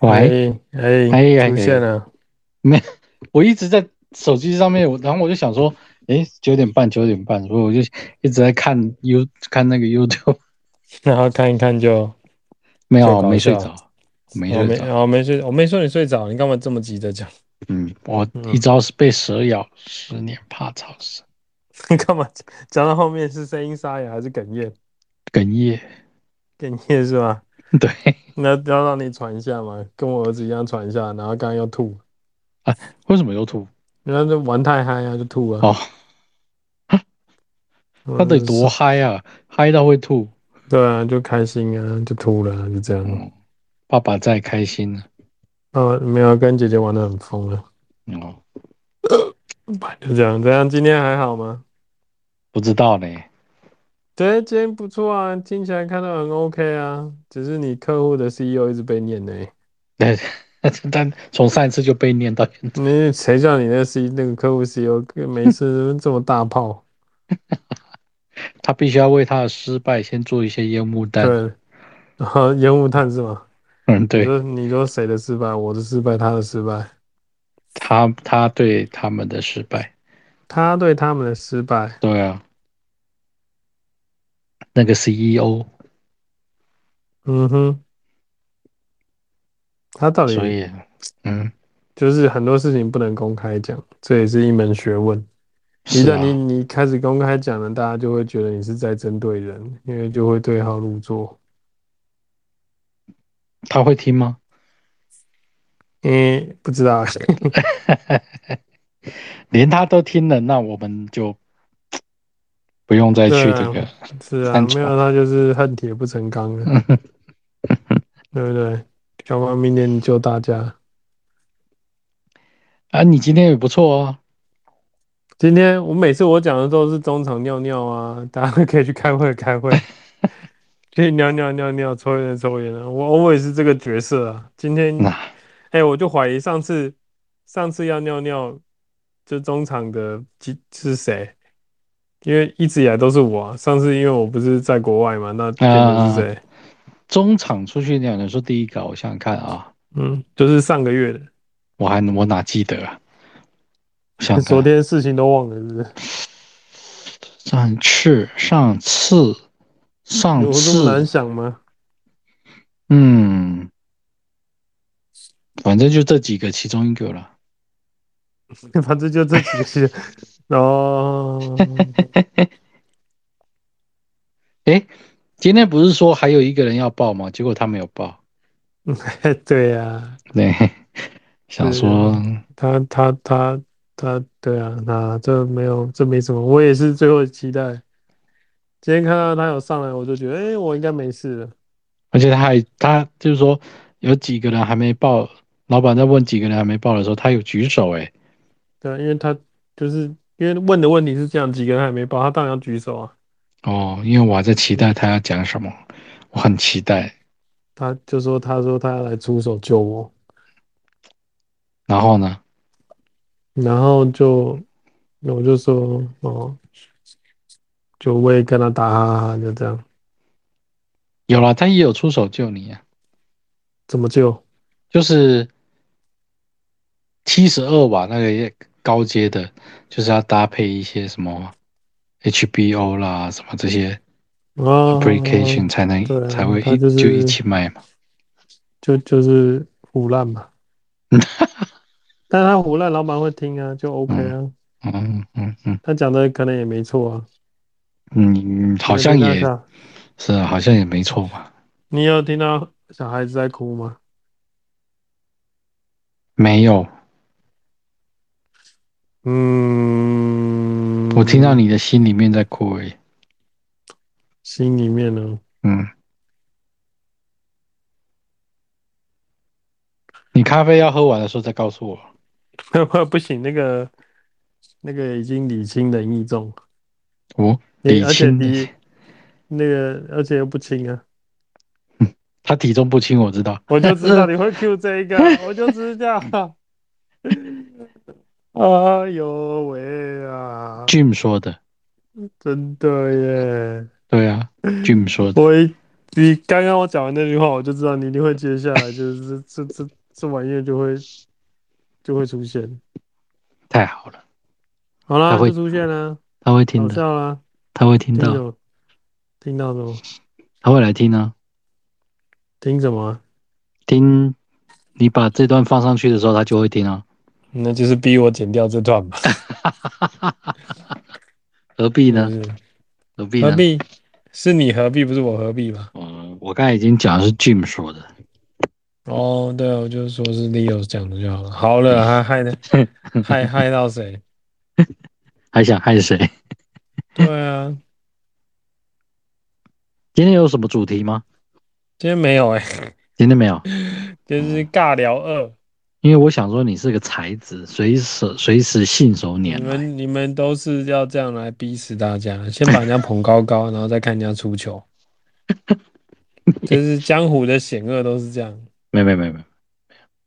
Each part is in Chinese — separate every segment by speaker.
Speaker 1: 喂，
Speaker 2: 哎哎，
Speaker 1: 哎哎
Speaker 2: 出现
Speaker 1: 哎，
Speaker 2: 了，
Speaker 1: 没，我一直在手机上面，我然后我就想说，诶，九点半，九点半，所以我就一直在看 U 看那个 YouTube，
Speaker 2: 然后看一看就
Speaker 1: 没
Speaker 2: 就
Speaker 1: 有，
Speaker 2: 搞
Speaker 1: 没睡
Speaker 2: 笑。
Speaker 1: 着，没睡
Speaker 2: 我没，
Speaker 1: 着，
Speaker 2: 我没睡，我哦没说你睡着，你干嘛这么急着讲？
Speaker 1: 嗯，我一
Speaker 2: 嗯，
Speaker 1: 朝是被蛇咬，十年怕草绳，
Speaker 2: 你干嘛讲到后面是声音沙哑还是哽咽？
Speaker 1: 哽咽，
Speaker 2: 哽咽是吧？
Speaker 1: 对
Speaker 2: 那要让你喘一下嘛，跟我儿子一样喘一下，然后刚刚又吐，
Speaker 1: 啊，为什么有吐？
Speaker 2: 然后就玩太嗨啊，就吐啊，
Speaker 1: 哦，他
Speaker 2: 嗯，
Speaker 1: 得
Speaker 2: 就
Speaker 1: 哦多
Speaker 2: 是，
Speaker 1: 嗨啊，嗨到会吐，
Speaker 2: 对啊，就开心啊，就吐了，就这样。
Speaker 1: 嗯，爸爸再开心了，
Speaker 2: 哦，没有，跟姐姐玩的很疯了，
Speaker 1: 哦，
Speaker 2: 就这样。这样今天还好吗？
Speaker 1: 不知道呢，
Speaker 2: 对，今天不错啊，听起来看到很 OK 啊，只是你客户的 CEO 一直被念呢、
Speaker 1: 但但从上一次就被念到现在，
Speaker 2: 那谁叫 你那 C 那个客户 CEO 跟每次这么大炮？
Speaker 1: 他必须要为他的失败先做一些烟雾弹，
Speaker 2: 对， 然后烟雾弹是吗？
Speaker 1: 嗯，
Speaker 2: 你
Speaker 1: 对。
Speaker 2: 说你说谁的失败？我的失败，他的失败，
Speaker 1: 他他对他们的失败，
Speaker 2: 他对他们的失败，
Speaker 1: 对啊，那个 E CEO，
Speaker 2: 嗯哼，他到
Speaker 1: 所
Speaker 2: 底
Speaker 1: 以嗯，
Speaker 2: 就是很多事情不能公开讲，这也是一门学问。一
Speaker 1: 是
Speaker 2: 旦你
Speaker 1: 啊，
Speaker 2: 你开始公开讲了，大家就会觉得你是在针对人，因为就会对号入座。
Speaker 1: 他会听吗？
Speaker 2: 诶，不知道，
Speaker 1: 连他都听了，那我们就不用再
Speaker 2: 对
Speaker 1: 去这
Speaker 2: 啊，
Speaker 1: 个
Speaker 2: 是啊，
Speaker 1: 参
Speaker 2: 没有
Speaker 1: 加。
Speaker 2: 他就是恨铁不成钢了， 对不对？小光明年救大家。
Speaker 1: 啊，你今天也不错哦，
Speaker 2: 今天我每次我讲的都是中场尿尿啊，大家可以去开会开 会，去尿尿尿尿，抽烟的抽烟啊。我我也是这个角色啊。今天，
Speaker 1: 那
Speaker 2: 哎、我就怀疑上次上次要尿尿，就中场的几是谁？因为一直以来都是我啊。上次因为我不是在国外嘛，那变
Speaker 1: 啊，
Speaker 2: 成是谁？
Speaker 1: 中场出去两人说第一个，我想想看啊，
Speaker 2: 嗯，就是上个月的，
Speaker 1: 我还我哪记得啊？我想想
Speaker 2: 昨
Speaker 1: 看，
Speaker 2: 天事情都忘了，是不是？
Speaker 1: 上次上次上
Speaker 2: 有这么难
Speaker 1: 次，
Speaker 2: 想吗？
Speaker 1: 嗯。反正就这几个其中一个了。
Speaker 2: 反正就这几个戏。哦，
Speaker 1: 诶，今天不是说还有一个人要报吗？结果他没有报。
Speaker 2: 对呀、
Speaker 1: 对，想
Speaker 2: 是
Speaker 1: 说，
Speaker 2: 啊，他他他他，对啊，那这没有，这没什么。我也是最后期待，今天看到他有上来，我就觉得，哎，我应该没事了。
Speaker 1: 而且他还他就是说有几个人还没报，老板在问几个人还没报的时候，他有举手。欸诶，
Speaker 2: 对啊，因为他就是因为问的问题是这样，几个人还没报，他当然要举手啊。
Speaker 1: 哦，因为我还在期
Speaker 2: 嗯，
Speaker 1: 待他要讲什么，我很期待。
Speaker 2: 他就说，他说他要来出手救我，
Speaker 1: 然后呢，
Speaker 2: 然后就我就说，哦，就我也跟他打哈哈，就这样，
Speaker 1: 有了，他也有出手救你啊，
Speaker 2: 怎么救？
Speaker 1: 就是七十二瓦那个也高阶的，就是要搭配一些什么。HBO 啦，什么这些
Speaker 2: 哦，
Speaker 1: application 才能
Speaker 2: 对
Speaker 1: 才
Speaker 2: 啊，
Speaker 1: 会
Speaker 2: 他
Speaker 1: 一
Speaker 2: 就
Speaker 1: 就一
Speaker 2: 是
Speaker 1: 起卖嘛。
Speaker 2: 就就是胡乱嘛，但他胡乱，老板会听啊，就 OK
Speaker 1: 嗯嗯
Speaker 2: 啊。
Speaker 1: 嗯嗯嗯
Speaker 2: 他讲的可能也没错啊，
Speaker 1: 嗯，
Speaker 2: 你
Speaker 1: 好
Speaker 2: 有
Speaker 1: 像
Speaker 2: 听到
Speaker 1: 也
Speaker 2: 小，
Speaker 1: 是啊，好像也没错吧？
Speaker 2: 你有听到小孩子在哭吗？
Speaker 1: 没有，我听到
Speaker 2: 嗯，
Speaker 1: 你的心里面在哭而已。
Speaker 2: 心里面呢，
Speaker 1: 嗯，你咖啡要喝完的时候再告诉我。
Speaker 2: 哦 不行，那个那个已经理清人意重，
Speaker 1: 哦，
Speaker 2: 你
Speaker 1: 理
Speaker 2: 而且
Speaker 1: 清的，
Speaker 2: 离那个而且又不轻啊，
Speaker 1: 他体重不轻，我知道。
Speaker 2: 我就知道你会 Q 这一个，啊我就知道，啊 哎呦喂啊！
Speaker 1: Jim 说的，
Speaker 2: 真的耶！嗯
Speaker 1: 对啊，Jim 说的。
Speaker 2: 我一你刚刚我讲完那句话，我就知道你一定会接下来，就是这这这这玩意儿就会就会出现。
Speaker 1: 太好了，
Speaker 2: 好啦，
Speaker 1: 它会
Speaker 2: 就出现啦，
Speaker 1: 他会听
Speaker 2: 好
Speaker 1: 的，
Speaker 2: 笑啦，
Speaker 1: 他会听
Speaker 2: 听什
Speaker 1: 到，
Speaker 2: 么？听到什么？
Speaker 1: 他会来听啊。
Speaker 2: 听什么？啊
Speaker 1: 听你把这段放上去的时候，他就会听啊，
Speaker 2: 那就是逼我剪掉这段吧。
Speaker 1: 何必 呢？
Speaker 2: 是不是
Speaker 1: 何必呢？
Speaker 2: 嗯何必？是你何必，不是我何必吧？
Speaker 1: 嗯，我刚才已经讲的是 Jim 说的，
Speaker 2: 哦，对啊，我就说是 Leo 讲的就好了。好 了，还害的，害害到谁？
Speaker 1: 还想害谁？
Speaker 2: 对啊，
Speaker 1: 今天有什么主题吗？
Speaker 2: 今天没有哎、
Speaker 1: 今天没有，
Speaker 2: 就是尬聊二。
Speaker 1: 因为我想说你是个才子，随时随时信手
Speaker 2: 你
Speaker 1: 拈来。
Speaker 2: 们你们都是要这样来逼死大家，先把人家捧 高高，然后再看人家出糗。就是江湖的险恶都是这样，
Speaker 1: 没有没有没有没有，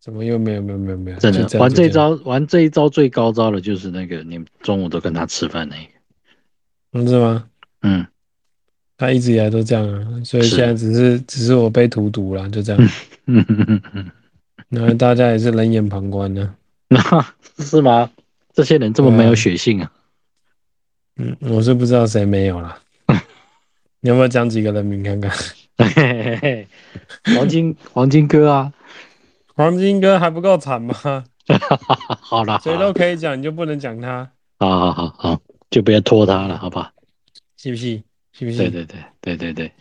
Speaker 2: 怎么又没有没有没有没有？
Speaker 1: 真
Speaker 2: 就
Speaker 1: 的
Speaker 2: 样
Speaker 1: 玩这一，
Speaker 2: 就样
Speaker 1: 招，玩这一招最高招的就是那个你们中午都跟他吃饭那个，
Speaker 2: 嗯是吗？
Speaker 1: 嗯，
Speaker 2: 他一直以来都这样啊，所以
Speaker 1: 是
Speaker 2: 现在只是只是我被荼毒了，就 这样。
Speaker 1: 嗯哼哼哼
Speaker 2: 然后大家也是冷眼旁观啊呢、
Speaker 1: 那是吗？这些人这么没有
Speaker 2: 对啊
Speaker 1: 血性啊？
Speaker 2: 嗯，我是不知道谁没 有啦。你要不要讲几个人名看看？
Speaker 1: 嘿嘿嘿嘿 黄金黄金哥啊，
Speaker 2: 黄金哥还不够惨吗？
Speaker 1: 好啦，好
Speaker 2: 谁
Speaker 1: 啦
Speaker 2: 都可以讲，你就不能讲他，
Speaker 1: 好好好好，就不要拖他了，好吧？
Speaker 2: 是不是？是不是？
Speaker 1: 对对对对对对，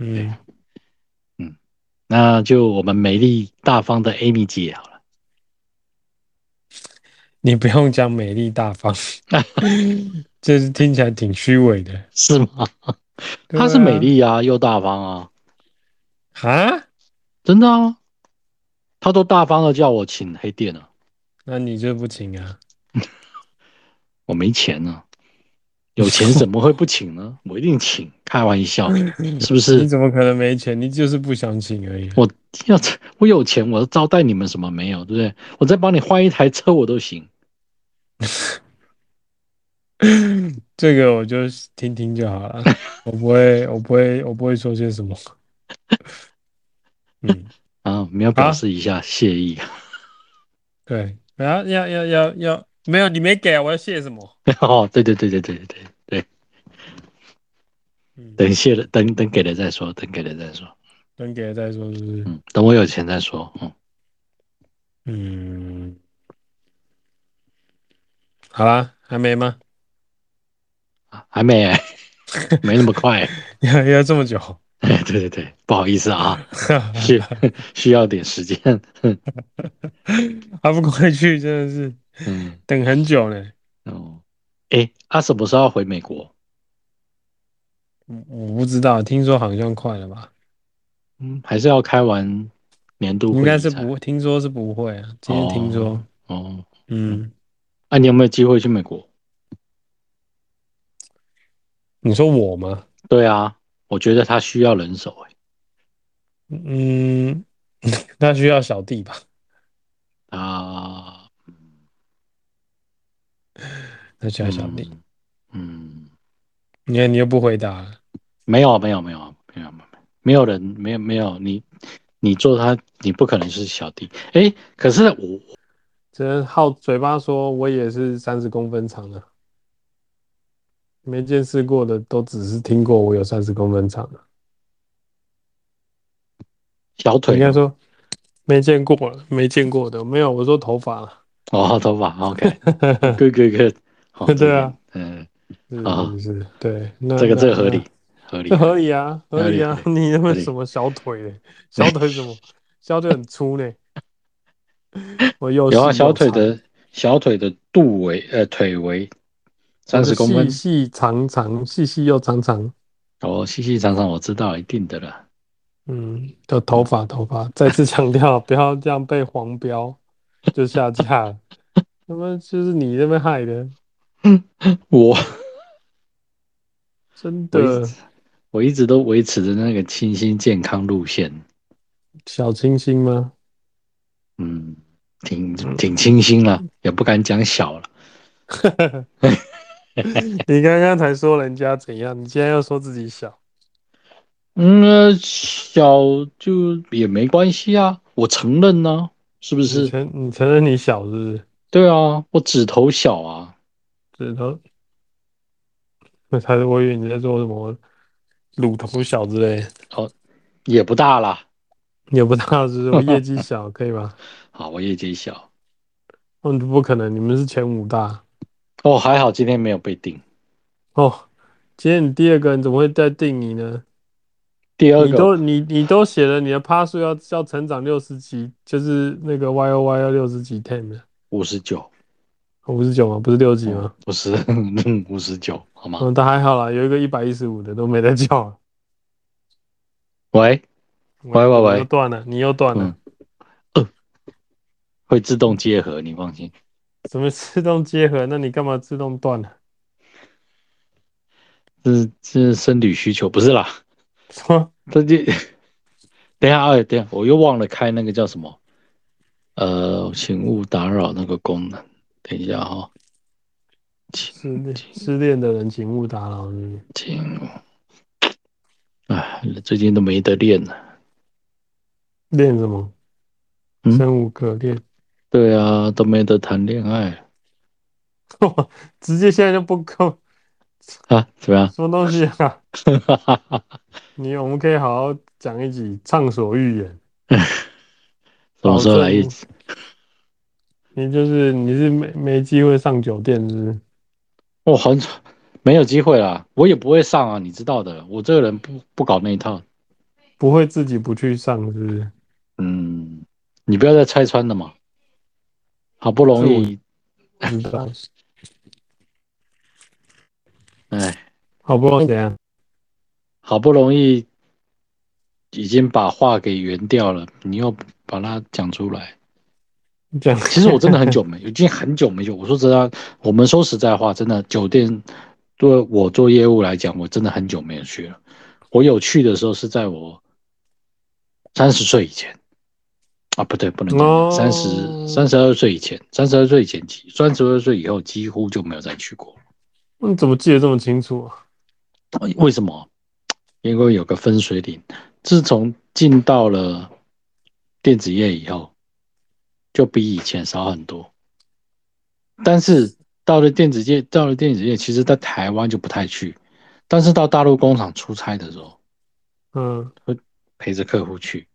Speaker 2: 嗯，
Speaker 1: 那就我们美丽大方的 Amy 姐好了，
Speaker 2: 你不用讲美丽 大方，就是听起来挺虚伪的。
Speaker 1: 是吗？
Speaker 2: 对啊
Speaker 1: 她是美丽啊，又大方啊，
Speaker 2: 啊？
Speaker 1: 真的啊，她都大方的叫我请黑店啊了、
Speaker 2: 那你就不请啊？
Speaker 1: 我没钱呢、有钱怎么会不请 呢？我一定请，开玩笑，
Speaker 2: 嗯
Speaker 1: 是不
Speaker 2: 你
Speaker 1: 是？
Speaker 2: 怎么可能没钱？你就是不想请而已。
Speaker 1: 我要我有钱，我招待你们什么没有，对不对？我再帮你换一台车我都行。
Speaker 2: 这个我就听听就 好了，我不会，我不会，我不会说些什么。嗯。
Speaker 1: 啊，我们要表示一下谢意。
Speaker 2: 啊对，要要要要要，没有你没给啊，我要谢什么？
Speaker 1: 哦，对对对对对对对对，
Speaker 2: 嗯，
Speaker 1: 等谢了，等等给了再说，等给了再说。
Speaker 2: 等给了再说，是不是？
Speaker 1: 嗯，等我有钱再说。嗯，
Speaker 2: 嗯，好啦，还没吗？
Speaker 1: 啊还没、没那么快、
Speaker 2: 要要这么久？
Speaker 1: 哎，对对对，不好意思啊，
Speaker 2: 嗯
Speaker 1: 需 需要点时间。
Speaker 2: 还啊不快去，真的是
Speaker 1: 嗯，
Speaker 2: 等很久呢。
Speaker 1: 哦，哎，啊，什么时候要回美国？
Speaker 2: 我我不知道，听说好像快了吧？
Speaker 1: 嗯，还是要开完年度会议
Speaker 2: 应该是
Speaker 1: 才
Speaker 2: 不，听说是不会啊。今天听说，
Speaker 1: 哦。
Speaker 2: 嗯，
Speaker 1: 那、你有没有机会去美国？
Speaker 2: 你说我吗？
Speaker 1: 对啊，我觉得他需要人手、哎，
Speaker 2: 嗯， 那需要小弟吧？
Speaker 1: 他
Speaker 2: 那需要小弟。
Speaker 1: 嗯嗯，
Speaker 2: 你看，你又不回答了。
Speaker 1: 没有没有没有没有没有没有人没有没有你你做他你不可能是小弟哎、可是我
Speaker 2: 只能靠嘴巴说，我也是三十公分长的，没见识过的都只是听过我有三十公分长的，
Speaker 1: 小腿
Speaker 2: 应该说没见过了，没见过的没有，我说头发了，
Speaker 1: 哦头发 OK good good good 好
Speaker 2: 对啊
Speaker 1: 嗯
Speaker 2: 是
Speaker 1: 啊
Speaker 2: 是是，对，那
Speaker 1: 这个
Speaker 2: 那
Speaker 1: 这个合理合理
Speaker 2: 那这合理啊，
Speaker 1: 合理
Speaker 2: 合理啊，
Speaker 1: 合
Speaker 2: 你他
Speaker 1: 合
Speaker 2: 妈
Speaker 1: 理
Speaker 2: 什么小腿嘞，小腿什么，小腿很粗呢， 我又
Speaker 1: 有啊
Speaker 2: 细
Speaker 1: 小
Speaker 2: 又
Speaker 1: 腿
Speaker 2: 长
Speaker 1: 的小腿的肚围呃腿围
Speaker 2: 我
Speaker 1: 三
Speaker 2: 的
Speaker 1: 十公分
Speaker 2: 细细长长，细细又长长，
Speaker 1: 哦细细长长我知道一定的啦
Speaker 2: 嗯，的头发，头发， 再次强调，不要这样被黄标 就下架 了。他妈就是你那边害的，
Speaker 1: 我
Speaker 2: 真
Speaker 1: 我
Speaker 2: 的
Speaker 1: 一直我一直都维持着那个清新健康路线
Speaker 2: 小清新吗？
Speaker 1: 嗯挺挺清新了也不敢讲小了。
Speaker 2: 你刚刚才说人家怎样，你现在又说自己小，
Speaker 1: 嗯，呃小就也没关系啊，我承认呢、是不
Speaker 2: 你
Speaker 1: 是？
Speaker 2: 承你承认你小是不是？
Speaker 1: 对啊，我指头小啊，
Speaker 2: 指头，那 他我以为你在说什么乳头小之类的，
Speaker 1: 也不大啦。
Speaker 2: 也不大，只是我业绩小，可以吧？
Speaker 1: 好，我业绩小
Speaker 2: 嗯，不可能，你们是前五大
Speaker 1: 哦，还好今天没有被定。
Speaker 2: 哦。今天你第二个人怎么会再定你呢？
Speaker 1: 第二
Speaker 2: 你
Speaker 1: 个
Speaker 2: 都你你都写了你的趴数要要成长六十几，就是那个 Y O Y 要六十几 ten 的，
Speaker 1: 五十九，
Speaker 2: 五十九吗？不是六几吗？
Speaker 1: 不是嗯五十九，好吗？
Speaker 2: 嗯，但还好啦，有一个一百一十五的都没在 叫啊。
Speaker 1: 喂，喂喂喂
Speaker 2: 你又断了，你又断了，
Speaker 1: 嗯会自动结合，你放心。
Speaker 2: 什么自动结合？那你干嘛自动断啊了？
Speaker 1: 这这是生理需求不是啦，
Speaker 2: 什么？
Speaker 1: 这就等一下，哎，等一下，我又忘了开那个叫什么，呃，请勿打扰那个功能。等一下哈、哦，请
Speaker 2: 失恋失恋的人请勿打扰是不是
Speaker 1: 请勿，哎，最近都没得练了。
Speaker 2: 练什么？
Speaker 1: 嗯
Speaker 2: 生无可恋，
Speaker 1: 对啊，都没得谈恋爱
Speaker 2: 直接现在就不够，
Speaker 1: 啊？怎么样？
Speaker 2: 什么东西啊？ 你我们可以好好讲一集，畅所欲言。
Speaker 1: 什么时候来一次？
Speaker 2: 你就是你是没没机会上酒店是不是？
Speaker 1: 我哦很没有机会啦，我也不会上啊，你知道的，我这个人不不搞那一套。
Speaker 2: 不会自己不去上是不是？
Speaker 1: 嗯，你不要再拆穿了嘛，好不容易，
Speaker 2: 不知道，
Speaker 1: 哎，
Speaker 2: 好不容易怎样？
Speaker 1: 好不容易已经把话给圆掉了，你又把它讲出来。
Speaker 2: 这样
Speaker 1: 其实我真的很久没，已经很久没有。我说真的，啊我们说实在话，真的酒店对我做业务来讲，我真的很久没有去了。我有去的时候是在我三十岁以前啊，不对，不能
Speaker 2: 哦
Speaker 1: 讲三十三十二岁以前，三十二岁以前几，三十二岁以后几乎就没有再去过。
Speaker 2: 你怎么记得这么清楚啊？
Speaker 1: 为什么？因为有个分水岭，自从进到了电子业以后，就比以前少很多。但是到了电子业，到了电子业，其实在台湾就不太去，但是到大陆工厂出差的时候，
Speaker 2: 嗯，
Speaker 1: 陪着客户去。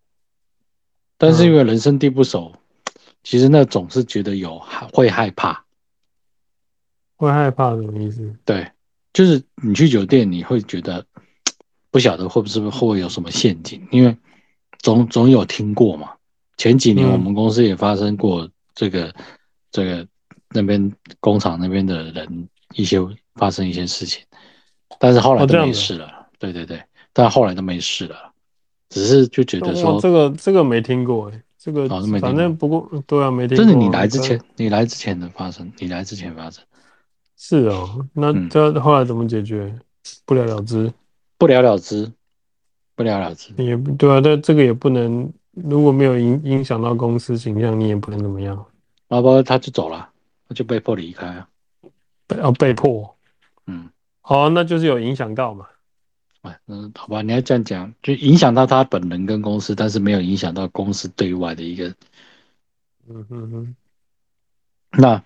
Speaker 1: 但是因为人生地不熟，其实那总是觉得有会害怕。
Speaker 2: 会害怕什么意思？
Speaker 1: 对，就是你去酒店，你会觉得不晓得会不是会不会有什么陷阱，因为总总有听过嘛。前几年
Speaker 2: 嗯
Speaker 1: 我们公司也发生过这个、这个那边工厂那边的人一些发生一些事情，但是后来
Speaker 2: 哦这
Speaker 1: 都
Speaker 2: 样
Speaker 1: 没
Speaker 2: 子
Speaker 1: 事了。对对对，但后来都没事了，只是就觉得
Speaker 2: 哇，
Speaker 1: 说，
Speaker 2: 哦这个这个没听过哎、这个
Speaker 1: 哦没听过
Speaker 2: 反正不过对啊，没听
Speaker 1: 这
Speaker 2: 过。
Speaker 1: 是你来之前，你来之前的发生，你来之前发生
Speaker 2: 是哦，那
Speaker 1: 嗯
Speaker 2: 这后来怎么解决？不了了之，
Speaker 1: 不了了之，不了了之。
Speaker 2: 也不对啊，但这个也不能，如果没有影影响到公司形象，你也不能怎么样，
Speaker 1: 然后他就走了，他就被迫离开啊。
Speaker 2: 被哦被迫，
Speaker 1: 嗯，
Speaker 2: 哦，那就是有影响到嘛，
Speaker 1: 哎，嗯，好吧，你要这样讲，就影响到他本人跟公司，但是没有影响到公司对外的一个
Speaker 2: 嗯嗯嗯，
Speaker 1: 那。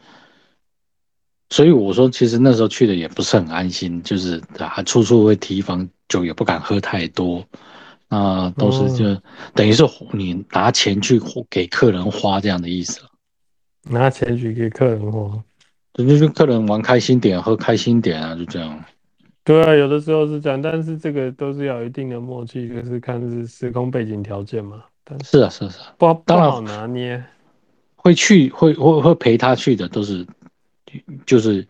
Speaker 1: 所以我说，其实那时候去的也不是很安心，就是啊，处处会提防，酒也不敢喝太多，那、都是就、等于是你拿钱去给客人花这样的意思了。
Speaker 2: 拿钱去给客人花，
Speaker 1: 人家就客人玩开心点，喝开心点啊，就这样。
Speaker 2: 对啊，有的时候是这样，但是这个都是要有一定的默契，就是看是时空背景条件嘛，但是
Speaker 1: 是啊，是啊，是啊，
Speaker 2: 不不
Speaker 1: 当然
Speaker 2: 好拿捏，
Speaker 1: 会去会会会陪他去的都是，就是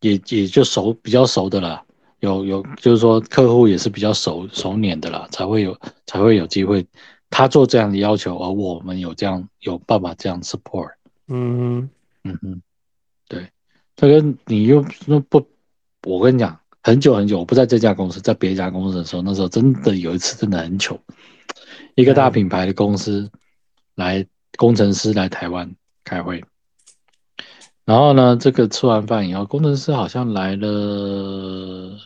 Speaker 1: 也也就熟比较熟的啦，有有就是说客户也是比较熟熟稔的啦，才会有才会有机会。他做这样的要求，而我们有这样有办法这样 support。
Speaker 2: 嗯嗯。
Speaker 1: 嗯哼，对，这个你又那不，我跟你讲，很久很久，我不在这家公司，在别家公司的时候，那时候真的有一次真的很糗，一个
Speaker 2: 嗯
Speaker 1: 大品牌的公司来工程师来台湾开会，然后呢，这个吃完饭以后，工程师好像来了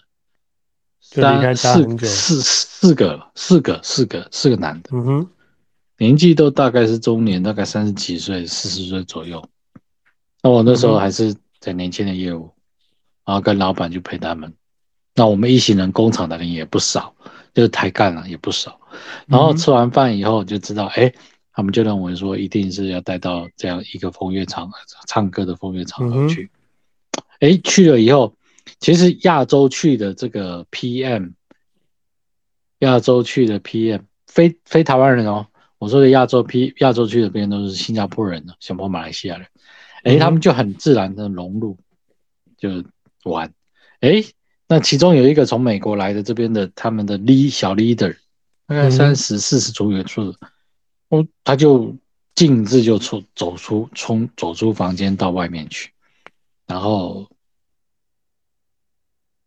Speaker 2: 就离开
Speaker 1: 四
Speaker 2: 家很久。
Speaker 1: 四四个了，四个四个四个男的，
Speaker 2: 嗯哼，
Speaker 1: 年纪都大概是中年，大概三十几岁、四十岁左右。那我那时
Speaker 2: 嗯
Speaker 1: 候
Speaker 2: 哼
Speaker 1: 还是在年轻的业务，然后跟老板去陪他们。那我们一行人工厂的人也不少，就是抬干了也不少。然后
Speaker 2: 嗯哼
Speaker 1: 吃完饭以后就知道，哎、他们就认为说一定是要带到这样一个风月场唱歌的风月
Speaker 2: 嗯
Speaker 1: 场合去。哎、去了以后，其实亚洲去的这个 PM，亚洲去的 PM，非非台湾人哦。我说的亚洲 P 亚洲区的边都是新加坡人、新加坡、马来西亚人，哎、
Speaker 2: 嗯
Speaker 1: 他们就很自然的融入，就玩。哎、那其中有一个从美国来的这边的他们的 lead 小 leader，大概
Speaker 2: 嗯
Speaker 1: 三十四十组员数，哦，他就径自就出走出冲走出房间到外面去，然后，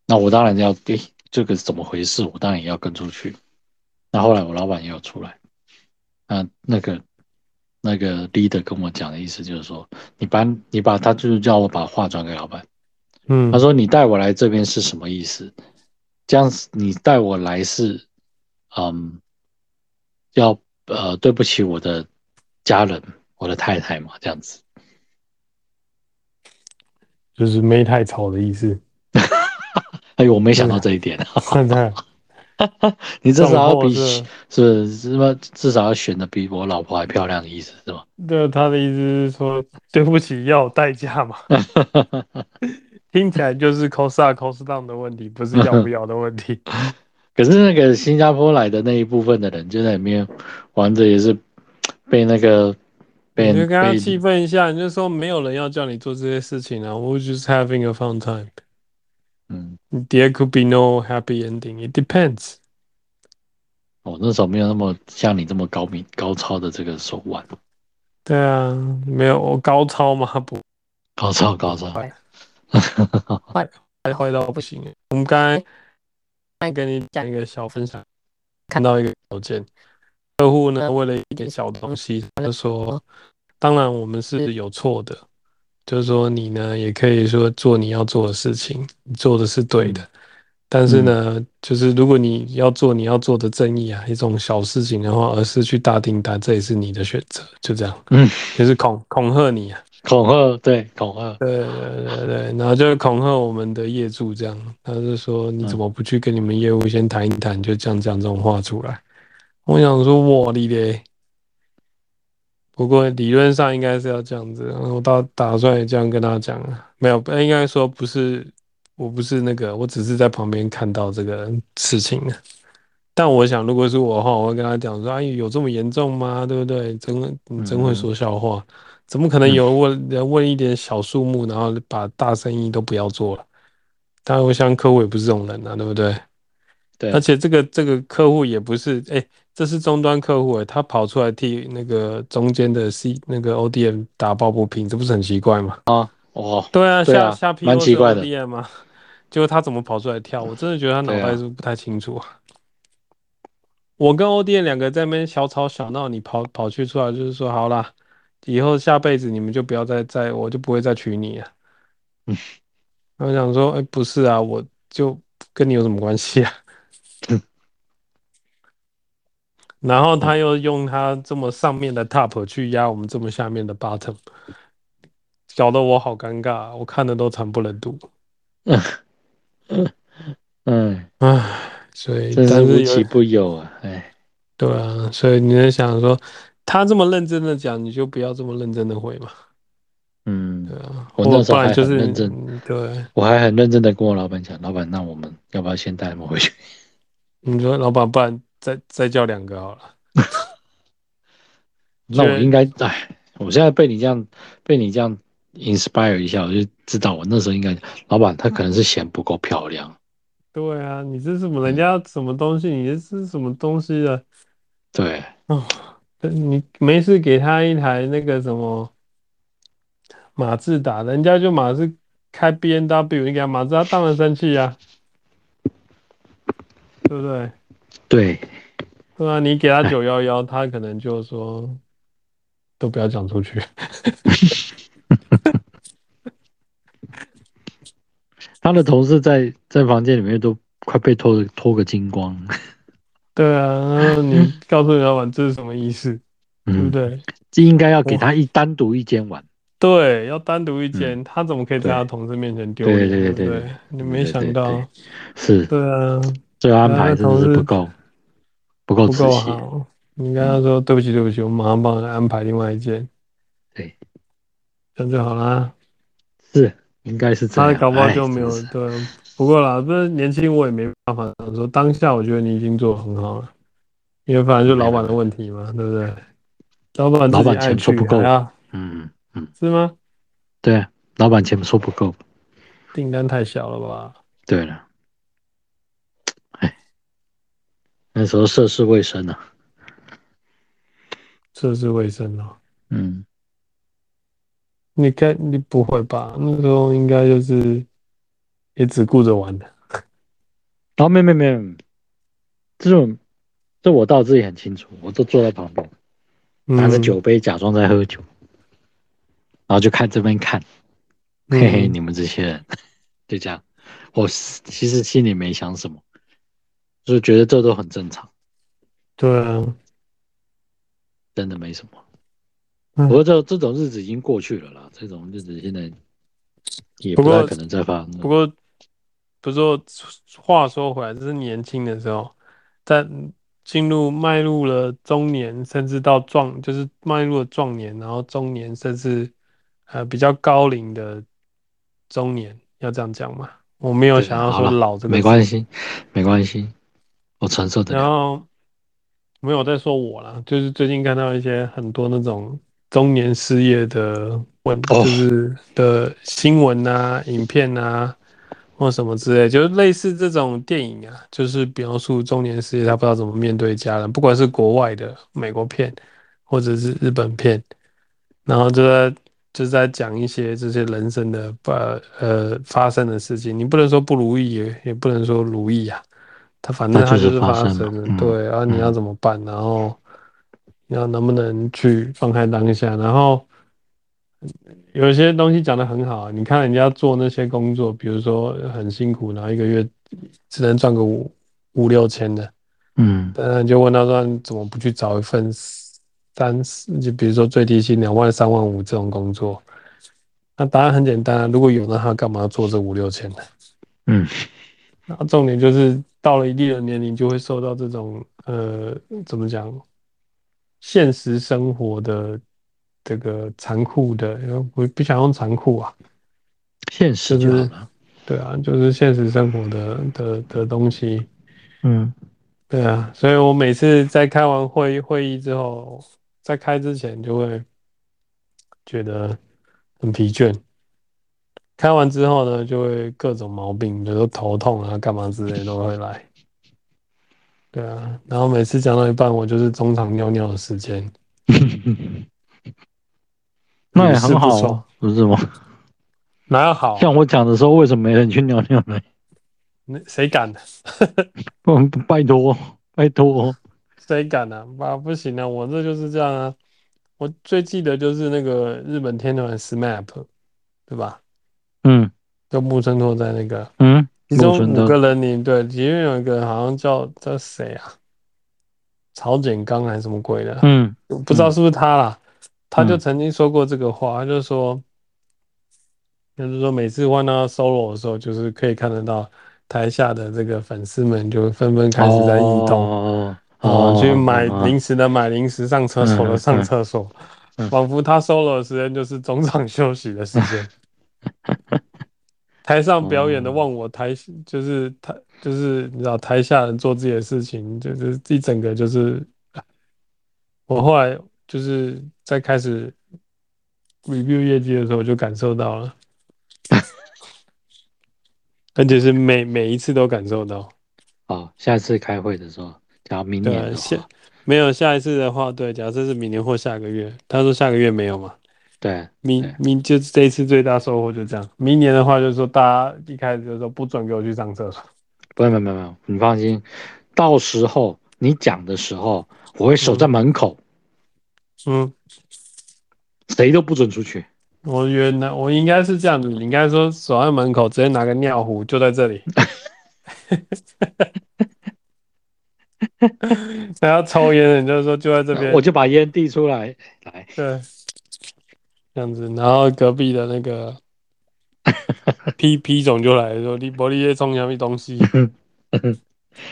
Speaker 1: 那我当然要，诶、这个是怎么回事？我当然也要跟出去。那后来我老板也有出来，那那个那个 leader 跟我讲的意思就是说，你把你把他就是叫我把话转给老板。
Speaker 2: 嗯，
Speaker 1: 他说：“你带我来这边是什么意思？这样子你带我来是，嗯，要呃对不起我的家人，我的太太嘛，这样子。
Speaker 2: 就是没太吵的意思。
Speaker 1: 哎呦，我没想到这一点，
Speaker 2: 现在
Speaker 1: 你至少要比
Speaker 2: 撞破这
Speaker 1: 是是吧？至少要选的比我老婆还漂亮的意思是吧？
Speaker 2: 对他的意思是说，对不起，要有代价嘛。听起来就是 cost up cost down 的问题，不是要不要的问题。
Speaker 1: 可是那个新加坡来的那一部分的人就在里面玩的也是被那个被
Speaker 2: 你就跟他
Speaker 1: 被
Speaker 2: 气愤一下，你就说没有人要叫你做这些事情啊。We're just having a fun time.
Speaker 1: 嗯，
Speaker 2: There could be no happy ending. It depends.
Speaker 1: 我哦那时候没有那么像你这么高明高超的这个手腕。”
Speaker 2: 对啊，没有我高超嘛，不
Speaker 1: 高超高超，
Speaker 3: 坏
Speaker 2: 坏坏到不行。我们刚才再跟你讲一个小分享，看到一个条件，客户呢为了一点小东西，他就说，当然我们是有错的，就是说你呢也可以说做你要做的事情，你做的是对的，但是呢，嗯就是如果你要做你要做的正义啊，一种小事情的话，而是去大订单，这也是你的选择，就这样，
Speaker 1: 嗯，
Speaker 2: 就是恐恐吓你啊。
Speaker 1: 恐吓对恐吓，
Speaker 2: 对对对对，然后就恐吓我们的业主这样，他就说你怎么不去跟你们业务先谈一谈，就这样讲这种话出来。我想说我你嘞，不过理论上应该是要这样子，啊我打打算也这样跟他讲啊，没有，应该说不是，我不是那个，我只是在旁边看到这个事情啊。但我想，如果是我的话，我会跟他讲说：“哎，有这么严重吗？对不对？真你真会说笑话。怎么可能有问人问一点小数目，然后把大生意都不要做了？当然，我想客户也不是这种人啊，对不对？
Speaker 1: 对
Speaker 2: 而且这个这个客户也不是，哎，这是终端客户，哎，他跑出来替那个中间的 C 那个 ODM 打抱不平，这不是很奇怪吗？
Speaker 1: 哦，
Speaker 2: 对啊，
Speaker 1: 对
Speaker 2: 下
Speaker 1: 啊
Speaker 2: 下 P
Speaker 1: 蛮
Speaker 2: O 啊
Speaker 1: 奇
Speaker 2: 是
Speaker 1: 怪的
Speaker 2: ODM 嘛，结果他怎么跑出来跳？我真的觉得他脑袋是不是不太清楚啊。我跟 ODM 两个在那边小吵小闹，你跑跑去出来就是说好啦，以后下辈子你们就不要再再，我就不会再娶你啊。
Speaker 1: 嗯，
Speaker 2: 我想说，哎、不是啊，我就跟你有什么关系啊？然后他又用他这么上面的 top 去压我们这么下面的 bottom，搞得我好尴尬啊，我看的都惨不忍睹。
Speaker 1: 嗯，
Speaker 2: 唉，所以
Speaker 1: 真是
Speaker 2: 但
Speaker 1: 无
Speaker 2: 是有
Speaker 1: 奇不有啊，哎，
Speaker 2: 对啊，所以你在想说，他这么认真的讲，你就不要这么认真的回嘛，对
Speaker 1: 嗯，
Speaker 2: 啊，
Speaker 1: 我
Speaker 2: 或
Speaker 1: 那时
Speaker 2: 不
Speaker 1: 候
Speaker 2: 然
Speaker 1: 还
Speaker 2: 就
Speaker 1: 很
Speaker 2: 是
Speaker 1: 认真
Speaker 2: 嗯对，
Speaker 1: 我还很认真的跟我老板讲，老板，那我们要不要先带他们回去？
Speaker 2: 你说老板，不然再再叫两个好了，
Speaker 1: 那我
Speaker 2: 觉得
Speaker 1: 应该，哎，我现在被你这样被你这样 inspire 一下，我就知道我那时候应该，老板他可能是嫌不够漂亮，
Speaker 2: 对啊，你这什么
Speaker 1: 嗯
Speaker 2: 人家什么东西，你这是什么东西啊？
Speaker 1: 对，
Speaker 2: 哦，你没事给他一台那个什么马自达，人家就马是开 B N W，你给他马自达当然生气啊，对不对？
Speaker 1: 对，
Speaker 2: 对啊，你给他九幺幺， 他可能就说都不要讲出去。
Speaker 1: 他的同事在在房间里面都快被脱个脱个精光，
Speaker 2: 对啊，然后 你告诉你老板这是什么意思，对不
Speaker 1: 嗯，
Speaker 2: 对？
Speaker 1: 这应该要给他一单独一间玩，
Speaker 2: 对，要单独一间，他怎么可以在
Speaker 1: 对
Speaker 2: 他同事面前丢
Speaker 1: 对
Speaker 2: 脸？
Speaker 1: 对
Speaker 2: 嗯对
Speaker 1: 对
Speaker 2: 不
Speaker 1: 对
Speaker 2: 对
Speaker 1: 对，
Speaker 2: 你没想
Speaker 1: 对对对
Speaker 2: 到，
Speaker 1: 是
Speaker 2: 对啊，
Speaker 1: 这个安排真的
Speaker 2: 那同
Speaker 1: 是
Speaker 2: 事
Speaker 1: 不够不够
Speaker 2: 不嗯
Speaker 1: 仔
Speaker 2: 够
Speaker 1: 细，
Speaker 2: 好。你跟他说对不起，对不起，我马上帮你安排另外一间，
Speaker 1: 对，
Speaker 2: 这样就好啦。
Speaker 1: 是应该是这
Speaker 2: 他
Speaker 1: 样，
Speaker 2: 搞不好
Speaker 1: 哎
Speaker 2: 就没有
Speaker 1: 真的是
Speaker 2: 对，啊不过啦，不是年轻我也没办法说，当下我觉得你已经做得很好了，因为反正就老板的问题嘛，对不对？老板自
Speaker 1: 老
Speaker 2: 己
Speaker 1: 板
Speaker 2: 爱
Speaker 1: 钱说
Speaker 2: 去
Speaker 1: 不够
Speaker 2: 啊，
Speaker 1: 嗯嗯，
Speaker 2: 是吗？
Speaker 1: 对啊，老板钱说不够，
Speaker 2: 订单太小了吧？
Speaker 1: 对了，哎，那时候涉世未深啊，
Speaker 2: 涉世未深哦。
Speaker 1: 嗯，
Speaker 2: 你该你不会吧？那时候应该就是也只顾着玩的。
Speaker 1: 然后哦没有没有没有，这种这我倒自己很清楚，我都坐在旁边。拿
Speaker 2: 嗯
Speaker 1: 着酒杯假装在喝酒，然后就看这边看，
Speaker 2: 嗯
Speaker 1: 嘿嘿，你们这些人， 就这样。我其实心里没想什么，就觉得这都很正常，
Speaker 2: 对啊，
Speaker 1: 真的没什么。
Speaker 2: 嗯
Speaker 1: 不过这这种日子已经过去了啦，这种日子现在也
Speaker 2: 不
Speaker 1: 不
Speaker 2: 过
Speaker 1: 太可能再发生
Speaker 2: 不
Speaker 1: 了。
Speaker 2: 过不过话说回来，这是年轻的时候，在进入迈入了中年，甚至到壮，就是迈入了壮年，然后中年，甚至呃比较高龄的中年，要这样讲吗？我没有
Speaker 1: 对
Speaker 2: 想要
Speaker 1: 好
Speaker 2: 说
Speaker 1: 了
Speaker 2: 老这个
Speaker 1: 没
Speaker 2: 词
Speaker 1: 关系，没关系，我承受得
Speaker 2: 然
Speaker 1: 了。
Speaker 2: 后没有在说我啦，就是最近看到一些很多那种中年失业的问，
Speaker 1: 哦
Speaker 2: 就是的新闻啊、影片啊，或什么之类，就是类似这种电影啊，就是描述中年失业，他不知道怎么面对家人，不管是国外的美国片，或者是日本片，然后就在就在讲一些这些人生的呃呃发生的事情，你不能说不如意，也也不能说如意啊，它反正
Speaker 1: 那
Speaker 2: 它
Speaker 1: 就是
Speaker 2: 是
Speaker 1: 发
Speaker 2: 发
Speaker 1: 生
Speaker 2: 生
Speaker 1: 了
Speaker 2: 了，
Speaker 1: 嗯
Speaker 2: 对，然后你要
Speaker 1: 嗯
Speaker 2: 怎么办，然后你要能不能去放开当下，然后。有一些东西讲得很好，啊你看人家做那些工作，比如说很辛苦，然后一个月只能赚个五五六千的，
Speaker 1: 嗯
Speaker 2: 但是你就问他说你怎么不去找一份三四，就比如说最低薪两万、三万五这种工作？那答案很简单啊，如果有，那他干嘛做这五六千呢？
Speaker 1: 嗯，
Speaker 2: 然后重点就是到了一定的年龄，就会受到这种呃，怎么讲，现实生活的这个残酷的，呃我不想用残酷啊，
Speaker 1: 现实就好了。
Speaker 2: 对啊，就是现实生活的的的东西，
Speaker 1: 嗯
Speaker 2: 对啊，所以我每次在开完会会议之后，在开之前就会觉得很疲倦，开完之后呢，就会各种毛病，比如说头痛啊、干嘛之类都会来。对啊，然后每次讲到一半，我就是中场尿尿的时间，
Speaker 1: 那也
Speaker 2: 屡试
Speaker 1: 很
Speaker 2: 不
Speaker 1: 好
Speaker 2: 爽
Speaker 1: 啊，不是吗？
Speaker 2: 哪有好 啊？
Speaker 1: 像我讲的时候，为什么没人去尿尿呢？
Speaker 2: 那谁敢 呢？
Speaker 1: 不，拜托，拜托，
Speaker 2: 谁敢呢？啊，不行啊，我这就是这样啊。我最记得就是那个日本天团 SMAP，对吧？
Speaker 1: 嗯
Speaker 2: 就木村拓哉那个，
Speaker 1: 嗯，
Speaker 2: 其
Speaker 1: 木
Speaker 2: 中
Speaker 1: 村
Speaker 2: 五
Speaker 1: 的
Speaker 2: 个人里，对，其中有一个好像叫叫谁啊？曹简刚还是什么鬼的？
Speaker 1: 嗯
Speaker 2: 我不知道是不是他啦，他就
Speaker 1: 嗯
Speaker 2: 曾经说过这个话，他就说，他就说每次换到 solo 的时候，就是可以看得到台下的这个粉丝们就纷纷开始在运动，
Speaker 1: 哦
Speaker 2: 哦，去买零
Speaker 1: 零，
Speaker 2: 食的买零食，上厕所的
Speaker 1: 嗯
Speaker 2: 上厕所
Speaker 1: 嗯，
Speaker 2: 仿佛他 solo 的时间就是中场休息的时间。台上表演的
Speaker 1: 哦
Speaker 2: 忘我，台就是台就是你知道台下人做自己的事情，就是一整个就是我后来就是在开始 review 业绩的时候，我就感受 到了，而且是每每一次都感受到。
Speaker 1: 好，下次开会的时候，假如明
Speaker 2: 对
Speaker 1: 年
Speaker 2: 啊，
Speaker 1: 的
Speaker 2: 下
Speaker 1: 话，
Speaker 2: 没有下一次的话，对，假设是明年或下个月，他说下个月没有嘛，
Speaker 1: 对，
Speaker 2: 明
Speaker 1: 对
Speaker 2: 明就是这一次最大收获就这样。明年的话，就是说大家一开始就说不准给我去上厕所。
Speaker 1: 不用不用不用不用，你放心，到时候你讲的时候，我会守在门口，
Speaker 2: 嗯，
Speaker 1: 谁都不准出去。
Speaker 2: 我 原 来我应该是这样子，你应该说守在门口，直接拿个尿壶就在这里。然后抽烟的你就说就在这边
Speaker 1: 我，就把烟递出来，来，
Speaker 2: 对，这样子，然后隔壁的 那个 P P 总就来说，你玻璃叶冲什么 东西？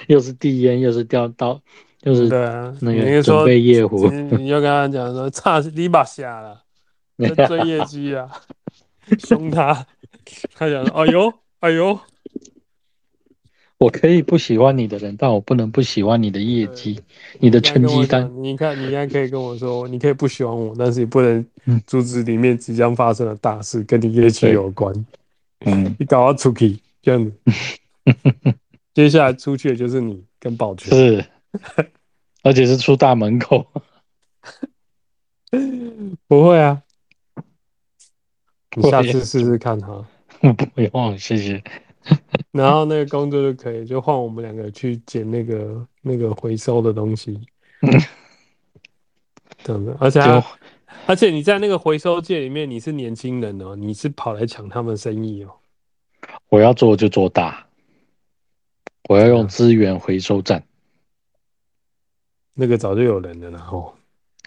Speaker 1: 又是递烟，又是掉刀，又是
Speaker 2: 对啊，
Speaker 1: 那
Speaker 2: 你
Speaker 1: 个
Speaker 2: 就
Speaker 1: 准
Speaker 2: 说
Speaker 1: 备夜壶，
Speaker 2: 你你就跟他讲说，差你把 瞎了，这追业绩啊，凶他，他讲说，哎呦，哎 呦，
Speaker 1: 我可以不喜欢你的人，但我不能不喜欢你的业绩，你的成绩单。
Speaker 2: 你看，你应该可以跟我说，你可以不喜欢我，但是你不能
Speaker 1: 嗯
Speaker 2: 阻止里面即将发生的大事跟你业绩有关。
Speaker 1: 嗯，
Speaker 2: 你搞到出去这 样子，接下来出去的就是你跟宝泉。
Speaker 1: 是，而且是出大门口。
Speaker 2: 不会啊，
Speaker 1: 不
Speaker 2: 你
Speaker 1: 会啊
Speaker 2: 下次试试看哈。
Speaker 1: 不用，谢谢。
Speaker 2: 然后那个工作就可以，就换我们两个去捡那个那个回收的 东西，这样子。而且
Speaker 1: 就
Speaker 2: 他而且你在那个回收界里面，你是年轻人哦，你是跑来抢他们生意哦。
Speaker 1: 我要做就做大，我要
Speaker 2: 对
Speaker 1: 用
Speaker 2: 啊
Speaker 1: 资源回收站。
Speaker 2: 那个早就有人了，然后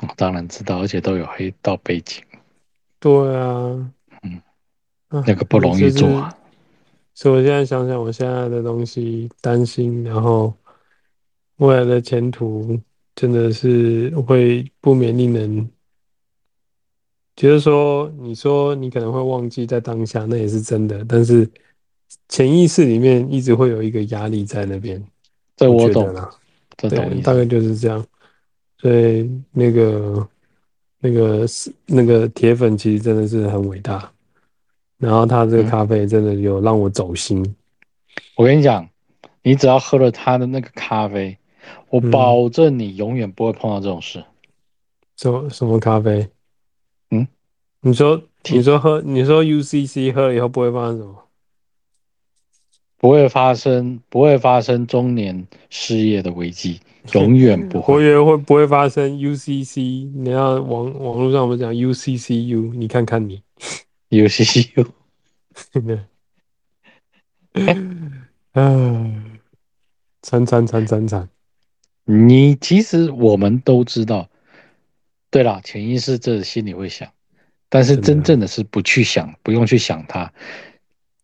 Speaker 1: 我当然知道，而且都有黑道背景，
Speaker 2: 对啊，
Speaker 1: 嗯
Speaker 2: 啊，
Speaker 1: 那个不容易做啊。
Speaker 2: 所以我现在想想，我现在的东西担心，然后未来的前途真的是会不免令人觉得说，你说你可能会忘记在当下，那也是真的，但是潜意识里面一直会有一个压力在那边，
Speaker 1: 这
Speaker 2: 我
Speaker 1: 我
Speaker 2: 觉得
Speaker 1: 懂，
Speaker 2: 啦。
Speaker 1: 这懂
Speaker 2: 对，
Speaker 1: 意
Speaker 2: 大
Speaker 1: 思。
Speaker 2: 概就是这样。所以那个那个是那个铁粉其实真的是很伟大，然后他这个
Speaker 1: 嗯
Speaker 2: 咖啡真的有让我走心。
Speaker 1: 我跟你讲，你只要喝了他的那个咖啡，我
Speaker 2: 嗯
Speaker 1: 保证你永远不会碰到这种事。
Speaker 2: 什么什么咖啡？
Speaker 1: 嗯，
Speaker 2: 你说
Speaker 1: 铁
Speaker 2: 你说喝你说 UCC 喝了以后不会发生什么？
Speaker 1: 不会发生，不会发生中年失业的危机，永远不
Speaker 2: 我
Speaker 1: 会。
Speaker 2: 以为会不会发生 UCC？你要网网络上我们讲 UCCU，你看看 你，
Speaker 1: U C C U，哎
Speaker 2: 唉，惨惨惨惨惨，
Speaker 1: 你其实我们都知道，对啦，潜意识这心里会想，但是
Speaker 2: 真
Speaker 1: 真
Speaker 2: 的
Speaker 1: 正的是不去想，不用去想它，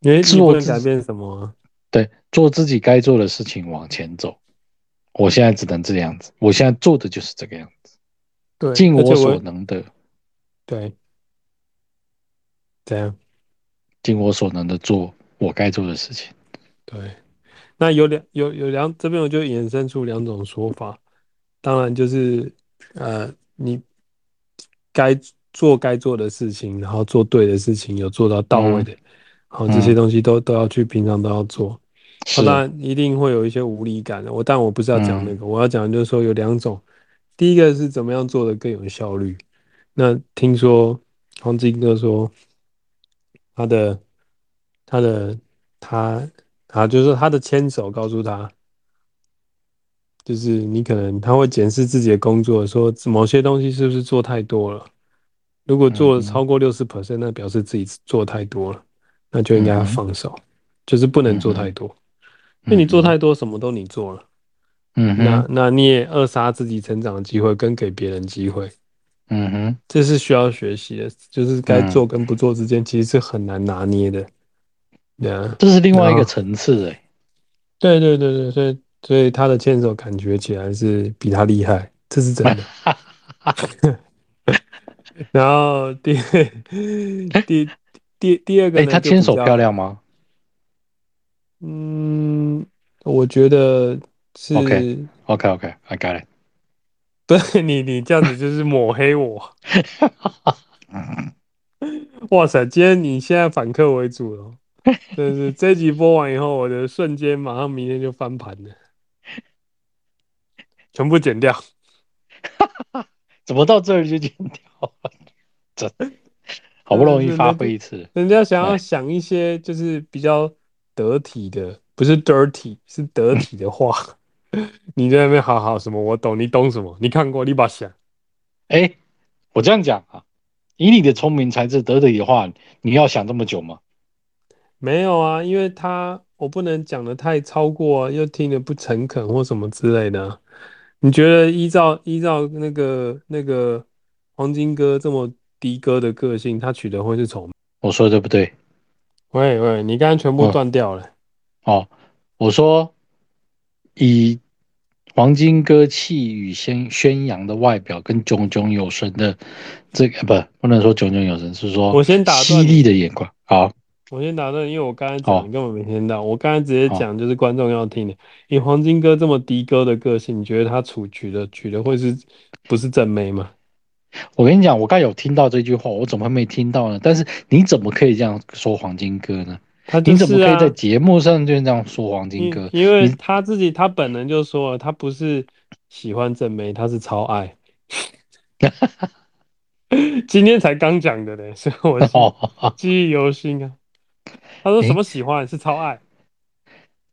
Speaker 2: 因为你
Speaker 1: 做
Speaker 2: 不能
Speaker 1: 自己
Speaker 2: 改变什么啊。
Speaker 1: 对，做自己该做的事情往前走。我现在只能这样子，我现在做的就是这个样子，
Speaker 2: 对，
Speaker 1: 尽
Speaker 2: 而且
Speaker 1: 我所
Speaker 2: 我
Speaker 1: 能的，
Speaker 2: 对，怎样？
Speaker 1: 尽我所能的做我该做的事情。
Speaker 2: 对，那有两有有两这边我就衍生出两种说法，当然就是呃，你该做该做的事情，然后做对的事情，有做到到位的，好、这些
Speaker 1: 嗯
Speaker 2: 东西都都要去平常都要做。
Speaker 1: 是嗯
Speaker 2: 那、哦当然一定会有一些无力感的，我但我不是要讲那个，我要讲的就是说有两种，第一个是怎么样做的更有效率。那听说黄金哥说他的他的他啊，就是他的牵手告诉他，就是你可能他会检视自己的工作，说某些东西是不是做太多了。如果做了
Speaker 1: 嗯哼
Speaker 2: 超过六十 percent，那表示自己做太多了，那就应该
Speaker 1: 嗯哼
Speaker 2: 放手，就是不能做太多。因
Speaker 1: 嗯
Speaker 2: 为你做太多，什么都你做了，
Speaker 1: 嗯
Speaker 2: 那
Speaker 1: 哼，
Speaker 2: 那你也扼杀自己成长的机会，跟给别人机会。
Speaker 1: 嗯哼，
Speaker 2: 这是需要学习的，就是该
Speaker 1: 嗯
Speaker 2: 做跟不做之间其实是很难拿捏的。对啊，
Speaker 1: 这是另外一个
Speaker 2: 然后
Speaker 1: 层次欸诶、
Speaker 2: 对对对对，所以所以他的牵手感觉起来是比他厉害，这是真的。 然后第 第第第二个
Speaker 1: 哎、
Speaker 2: 呢，
Speaker 1: 她
Speaker 2: 就
Speaker 1: 牵
Speaker 2: 比
Speaker 1: 手
Speaker 2: 较
Speaker 1: 漂亮吗？
Speaker 2: 嗯，我觉得是
Speaker 1: OK OK OK，I、got it。
Speaker 2: 对 你你这样子就是抹黑我。哇塞，今天你现在反客为主了，真的是这一集播完以后，我的瞬间马上明天就翻盘了，全部剪掉。
Speaker 1: 怎么到这儿就剪掉了？这好不容易发挥一次，
Speaker 2: 人家想要
Speaker 1: 哎
Speaker 2: 想一些就是比较得体的，不是 dirty，是得体的话。 你在那边好好什么？我懂，你懂什么？你看过，你把想。
Speaker 1: 哎、我这样讲啊，以你的聪明才智得体的话，你要想这么久吗？
Speaker 2: 没有啊，因为他我不能讲的太超过啊，又听得不诚恳或什么之类的啊。你觉得依照依照那个那个黄金哥这么的哥的个性，他娶的会是丑吗？
Speaker 1: 我说的对不对？
Speaker 2: 喂喂，你刚刚全部
Speaker 1: 哦
Speaker 2: 断掉了。
Speaker 1: 哦，我说以黄金哥气宇轩宣扬的外表跟炯炯有神的这个不不能说炯炯有神，是说
Speaker 2: 我先打断
Speaker 1: 犀
Speaker 2: 你
Speaker 1: 利的眼光。好，
Speaker 2: 我先打断你，因为我刚才讲
Speaker 1: 哦
Speaker 2: 你根本没听到，我刚才直接
Speaker 1: 哦
Speaker 2: 讲就是观众要听的。以黄金哥这么的哥的个性，你觉得他处娶的娶的会是不是正妹吗？
Speaker 1: 我跟你讲，我刚有听到这句话，我怎么会没听到呢？但是你怎么可以这样说黄金哥呢？
Speaker 2: 他
Speaker 1: 你
Speaker 2: 就
Speaker 1: 怎么
Speaker 2: 是
Speaker 1: 可以
Speaker 2: 啊，
Speaker 1: 在节目上就这样说黄金
Speaker 2: 因
Speaker 1: 哥？
Speaker 2: 因为他自己他本人就说了，他不是喜欢正妹，他是超爱。 今天才刚讲的嘞，所以我是
Speaker 1: 哦，
Speaker 2: 记忆犹新啊。他说
Speaker 1: 诶
Speaker 2: 什么喜欢是超爱，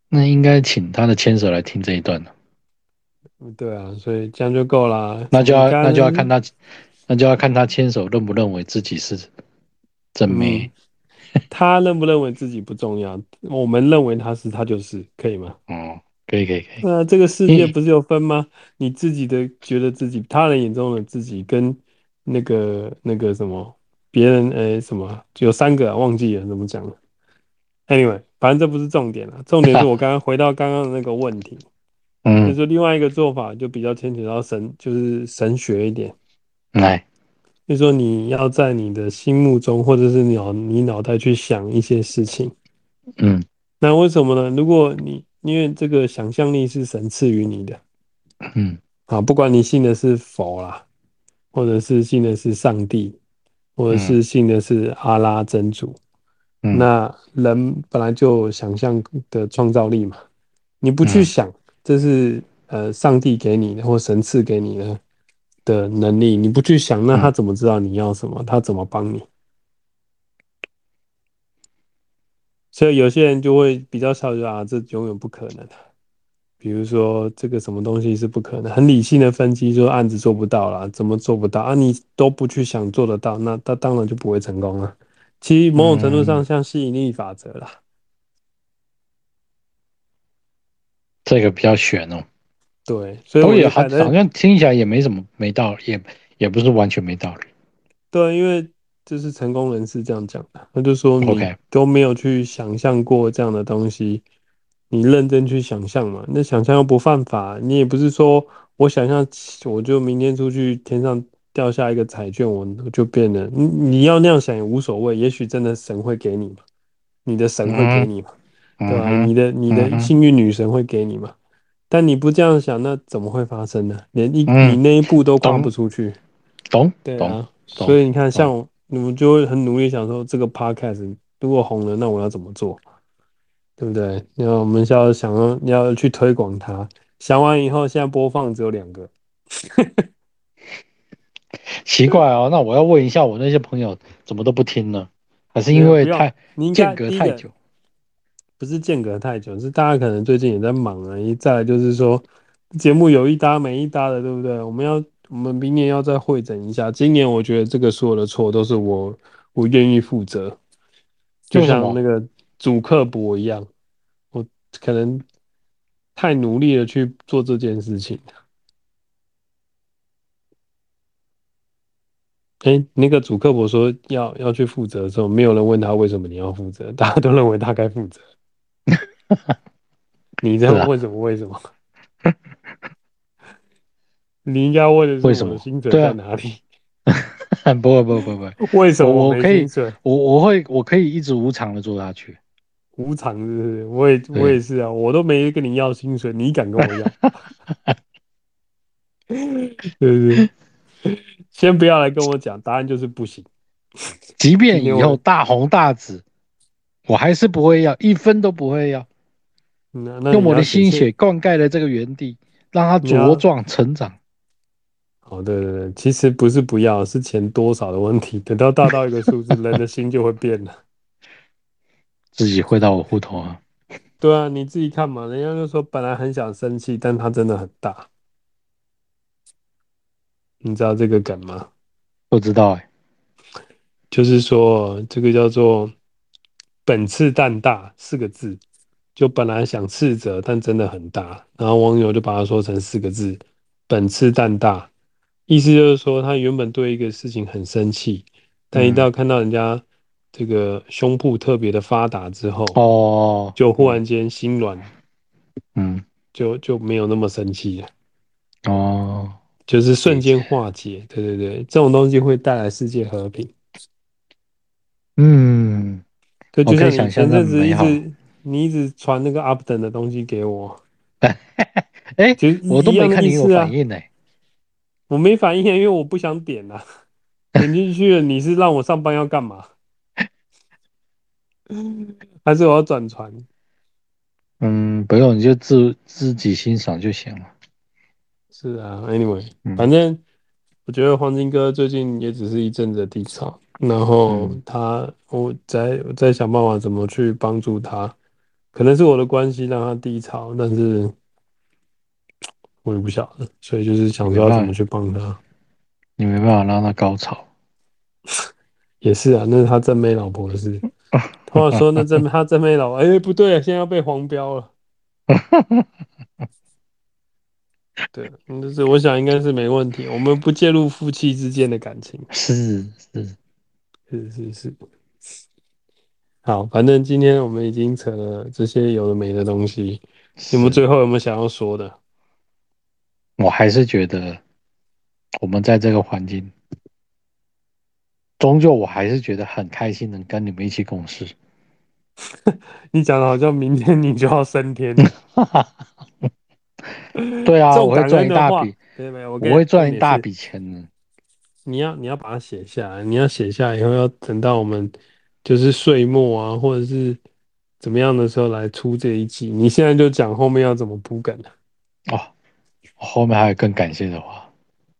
Speaker 1: 那应该请他的牵手来听这一段了。
Speaker 2: 嗯对啊，所以这样就够啦。
Speaker 1: 那就要
Speaker 2: 你刚
Speaker 1: 那就要看他，那就要看他牵手认不认为自己是正妹。
Speaker 2: 嗯他认不认为自己不重要，我们认为他是，他就是，可以吗？
Speaker 1: 哦，可以可以可以，
Speaker 2: 那这个世界
Speaker 1: 嗯
Speaker 2: 不是有分吗？你自己的觉得自己，他人眼中的自己，跟那个那个什么，别人呃什么，有三个、啊、忘记了怎么讲了。Anyway，反正这不是重点了，重点是我刚刚回到刚刚的那个问题，就
Speaker 1: 嗯，
Speaker 2: 是另外一个做法就比较牵扯到神，就是神学一点，
Speaker 1: 来，
Speaker 2: 就是说你要在你的心目中，或者是脑你脑袋去想一些事情。
Speaker 1: 嗯
Speaker 2: 那为什么呢？如果你因为这个想象力是神赐予你的。
Speaker 1: 嗯
Speaker 2: 啊，不管你信的是佛啦，或者是信的是上帝，或者是信的是阿拉真主，
Speaker 1: 嗯，
Speaker 2: 那人本来就有想象的创造力嘛，你不去
Speaker 1: 嗯
Speaker 2: 想，这是呃上帝给你的或神赐给你的的能力，你不去想，那他
Speaker 1: 嗯
Speaker 2: 怎么知道你要什么？他怎么帮你？所以有些人就会比较笑，就啊，这永远不可能啊。比如说这个什么东西是不可能，很理性的分析说案子做不到啦，怎么做不到啊？你都不去想做得到，那他当然就不会成功了。其实某种程度上
Speaker 1: 嗯
Speaker 2: 像吸引力法则啦，
Speaker 1: 这个比较悬哦，
Speaker 2: 对，所以
Speaker 1: 不
Speaker 2: 我
Speaker 1: 过也
Speaker 2: 就
Speaker 1: 好，好
Speaker 2: 摆在
Speaker 1: 像听起来也没什么没道理，也也不是完全没道理。
Speaker 2: 对，啊因为就是成功人士这样讲的，他就说你
Speaker 1: OK，
Speaker 2: 都没有去想象过这样的东西，你认真去想象嘛，那想象又不犯法，你也不是说我想象我就明天出去天上掉下一个彩券，我就变了，你你要那样想也无所谓，也许真的神会给你嘛，你的神会给
Speaker 1: 嗯
Speaker 2: 你嘛，对
Speaker 1: 嗯
Speaker 2: 吧？你
Speaker 1: 哼，
Speaker 2: 的你
Speaker 1: 嗯
Speaker 2: 的
Speaker 1: 哼，
Speaker 2: 幸运女神会给你嘛，但你不这样想，那怎么会发生呢？连一你
Speaker 1: 嗯，
Speaker 2: 那一步都跨不
Speaker 1: 懂
Speaker 2: 出去。
Speaker 1: 懂
Speaker 2: 对
Speaker 1: 懂
Speaker 2: 啊，所
Speaker 1: 懂
Speaker 2: 以你看，像
Speaker 1: 懂，
Speaker 2: 我你们就会很努力想说，这个 podcast 如果红了，那我要怎么做，对不对？然后我们需要想要你要去推广它，想完以后，现在播放只有两个，
Speaker 1: 奇怪哦，那我要问一下我那些朋友怎么都不听呢？还是
Speaker 2: 没
Speaker 1: 因
Speaker 2: 有
Speaker 1: 为
Speaker 2: 不要，
Speaker 1: 太
Speaker 2: 你应
Speaker 1: 间
Speaker 2: 该
Speaker 1: 隔
Speaker 2: 第一
Speaker 1: 太
Speaker 2: 个
Speaker 1: 久？
Speaker 2: 不是间隔太久，是大家可能最近也在忙而已。再来就是说，节目有一搭没一搭的，对不对？我们要我们明年要再会诊一下，今年我觉得这个所有的错都是我我愿意负责。就
Speaker 1: 为什
Speaker 2: 像
Speaker 1: 么？
Speaker 2: 那个主刻薄一样，我可能太努力的去做这件事情。哎，那个主刻薄说要要去负责的时候，没有人问他为什么你要负责，大家都认为他该 负责。你这
Speaker 1: 是
Speaker 2: 样
Speaker 1: 啊，
Speaker 2: 为什么？为什么？你应该问的是
Speaker 1: 为什
Speaker 2: 我的
Speaker 1: 么？
Speaker 2: 薪水
Speaker 1: 对
Speaker 2: 在
Speaker 1: 啊，
Speaker 2: 哪里？
Speaker 1: 不会不会不会不会，
Speaker 2: 为什
Speaker 1: 我
Speaker 2: 么我
Speaker 1: 我
Speaker 2: 没
Speaker 1: 可以
Speaker 2: 薪水？
Speaker 1: 我我会我可以一直无偿的做下去。
Speaker 2: 无偿是不是？我也我也
Speaker 1: 对，
Speaker 2: 是啊，我都没跟你要薪水，你敢跟我要？ 对不对？ 先不要来跟我讲，答案就是不行。
Speaker 1: 即
Speaker 2: 今
Speaker 1: 便
Speaker 2: 天
Speaker 1: 以
Speaker 2: 我
Speaker 1: 后大红大紫，我还是不会要，一分都不会要，
Speaker 2: 那那
Speaker 1: 用
Speaker 2: 你
Speaker 1: 我
Speaker 2: 要
Speaker 1: 的
Speaker 2: 写
Speaker 1: 心血
Speaker 2: 信，
Speaker 1: 灌溉了这个园地，让它
Speaker 2: 你
Speaker 1: 茁
Speaker 2: 要
Speaker 1: 壮成长。
Speaker 2: 哦，对对对，其实不是不要，是钱多少的问题。等到大到一个数字，人的心就会变了。
Speaker 1: 自己汇到我户头啊，
Speaker 2: 对啊，你自己看嘛，人家就说本来很想生气，但它真的很大。你知道这个梗吗？
Speaker 1: 不知道哎、
Speaker 2: 就是说这个叫做本次蛋大四个字，就本来想斥责，但真的很大，然后网友就把它说成四个字“本次蛋大”，意思就是说他原本对一个事情很生气，但一到看到人家这个胸部特别的发达之后，
Speaker 1: 哦，
Speaker 2: 就忽然间心软，
Speaker 1: 嗯，
Speaker 2: 就就没有那么生气了，
Speaker 1: 哦，
Speaker 2: 就是瞬间化解。对对对，这种东西会带来世界和平。
Speaker 1: 嗯，
Speaker 2: 对，
Speaker 1: 我
Speaker 2: 就
Speaker 1: 可以
Speaker 2: 像
Speaker 1: 想象
Speaker 2: 你前
Speaker 1: 那
Speaker 2: 阵
Speaker 1: 么
Speaker 2: 子
Speaker 1: 美
Speaker 2: 一
Speaker 1: 好
Speaker 2: 直你一直传那个 Upton 的东西给我，
Speaker 1: 哎，
Speaker 2: 其实
Speaker 1: 我都
Speaker 2: 一样
Speaker 1: 没
Speaker 2: 的
Speaker 1: 看
Speaker 2: 意
Speaker 1: 你有
Speaker 2: 思啊
Speaker 1: 反应呢、
Speaker 2: 我没反应，啊因为我不想 点啊。点进去了，你是让我上班要干嘛？还是我要转传？
Speaker 1: 嗯，不用，你就自自己欣赏就行了。
Speaker 2: 是啊，anyway，
Speaker 1: 嗯
Speaker 2: 反正我觉得黄金哥最近也只是一阵子的低潮，然后
Speaker 1: 嗯
Speaker 2: 他，我在我在想办法怎么去帮助他，可能是我的关系让他低潮，但是我也不晓得，所以就是想说要怎么去帮他。
Speaker 1: 你没办法让他高潮。
Speaker 2: 也是啊，那是他正妹老婆 的事。通常说那正他正妹老婆，哎、不对，现在要被黄 标了。对，嗯就是我想应该是没问题，我们不介入夫妻之间的感情。
Speaker 1: 是是，
Speaker 2: 是是是。好，反正今天我们已经扯了这些有的没的东西，你们
Speaker 1: 是
Speaker 2: 最后有没有想要说的？
Speaker 1: 我还是觉得我们在这个环境，终究我还是觉得很开心，能跟你们一起共事。
Speaker 2: 你讲的好像明天你就要升天了，
Speaker 1: 对啊，
Speaker 2: 这种
Speaker 1: 我会
Speaker 2: 感
Speaker 1: 赚
Speaker 2: 恩
Speaker 1: 一
Speaker 2: 的
Speaker 1: 大
Speaker 2: 话
Speaker 1: 笔，
Speaker 2: 对没有？我
Speaker 1: 我
Speaker 2: 跟
Speaker 1: 会赚一大
Speaker 2: 重点是
Speaker 1: 笔钱的。
Speaker 2: 你要你要把它写下来，你要写下来以后，要等到我们就是岁末啊，或者是怎么样的时候来出这一季。你现在就讲后面要怎么铺梗了。啊
Speaker 1: 哦，我后面还有更感谢的话。